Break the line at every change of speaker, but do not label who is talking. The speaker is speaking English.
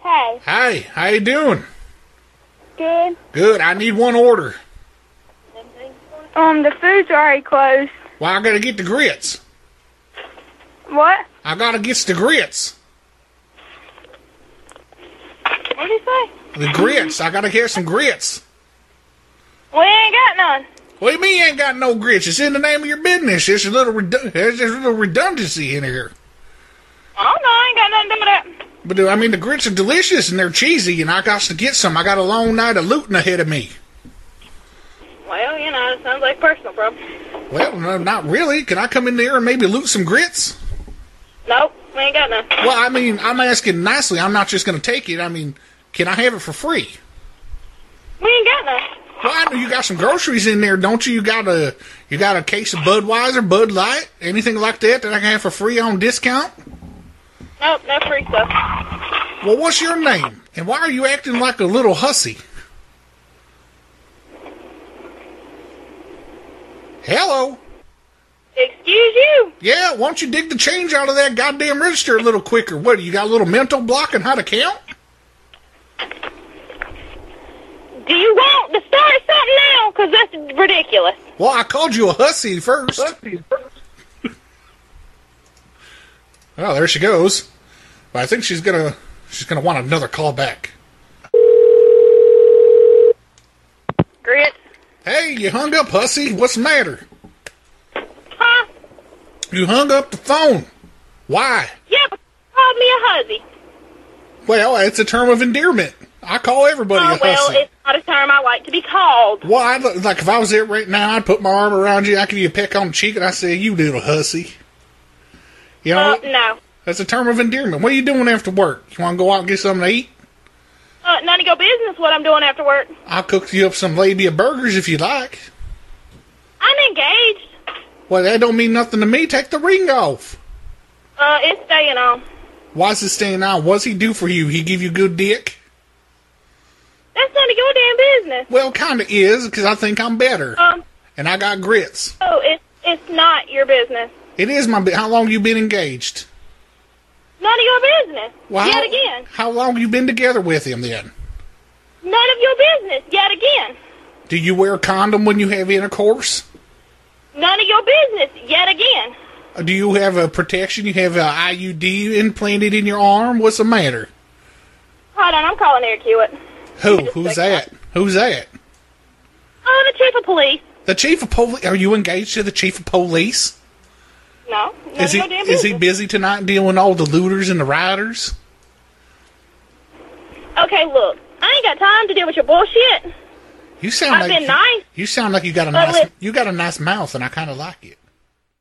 Hey,
Hi, how you doing?
good.
Good. I need one order.
Um, the food's already closed.
Well, I gotta get the grits.
What?
I gotta get the grits.
What did he say?
The grits. I gotta get some grits.
We ain't got none.
What do you mean you ain't got no grits? It's in the name of your business. It's a little redu- there's just a little redundancy in here.
I don't know. I ain't got nothing to do with that.
But dude, I mean the grits are delicious and they're cheesy, and I got to get some. I got a long night of looting ahead of me.
Well, you know, it sounds like personal problem.
Well, no, not really. Can I come in there and maybe loot some grits?
Nope, we ain't got none.
Well, I mean, I'm asking nicely. I'm not just gonna take it. I mean, can I have it for free?
We ain't got none.
Well, I know you got some groceries in there, don't you? You got a you got a case of Budweiser, Bud Light, anything like that that I can have for free on discount.
Nope, no free stuff.
Well, what's your name, and why are you acting like a little hussy? Hello.
Excuse you.
Yeah, why don't you dig the change out of that goddamn register a little quicker? What, you got a little mental block on how to count?
Do you want to start something now? Because that's ridiculous.
Well, I called you a hussy first. Well, Oh, there she goes. But I think she's gonna she's gonna want another call back.
Grits.
Hey, you hung up, hussy. What's the matter?
Huh?
You hung up the phone. Why?
Yep. Called me a hussy.
Well, it's a term of endearment. I call everybody
Oh,
a
well,
hussy.
it's not a term I like to be called.
Well, I'd, li- like if I was there right now, I'd put my arm around you, I'd give you a peck on the cheek, and I'd say, "You little hussy." You know,
Uh, no.
that's a term of endearment. What are you doing after work? You want to go out and get something to eat?
Uh, none of your business what I'm doing after work.
I'll cook you up some labia burgers if you like.
I'm engaged.
Well, that don't mean nothing to me. Take the ring off.
Uh, it's staying on.
Why's this staying on? What's he do for you? He give you good dick?
That's none of your damn business.
Well, kinda is, 'cause I think I'm better,
Um,
and I got grits.
oh, it's it's not your business.
It is my. bi- How long you been engaged?
None of your business.
Well,
Yet
how,
again.
How long you been together with him then?
None of your business. Yet again.
Do you wear a condom when you have intercourse?
None of your business. Yet again.
Uh, Do you have a protection? You have a IUD implanted in your arm? What's the matter?
Hold on, I'm calling Eric Hewitt.
Who? Who's that? Who's that?
Oh, the chief of police.
The chief of police? Are you engaged to the chief of police?
No, none
Is
of
he
your damn
is he
business.
busy tonight dealing all the looters and the rioters?
okay, look, I ain't got time to deal with your bullshit.
You sound
I've
like
been nice.
You sound like you got a
But
nice
listen-
you got a nice mouth, and I kind of like it.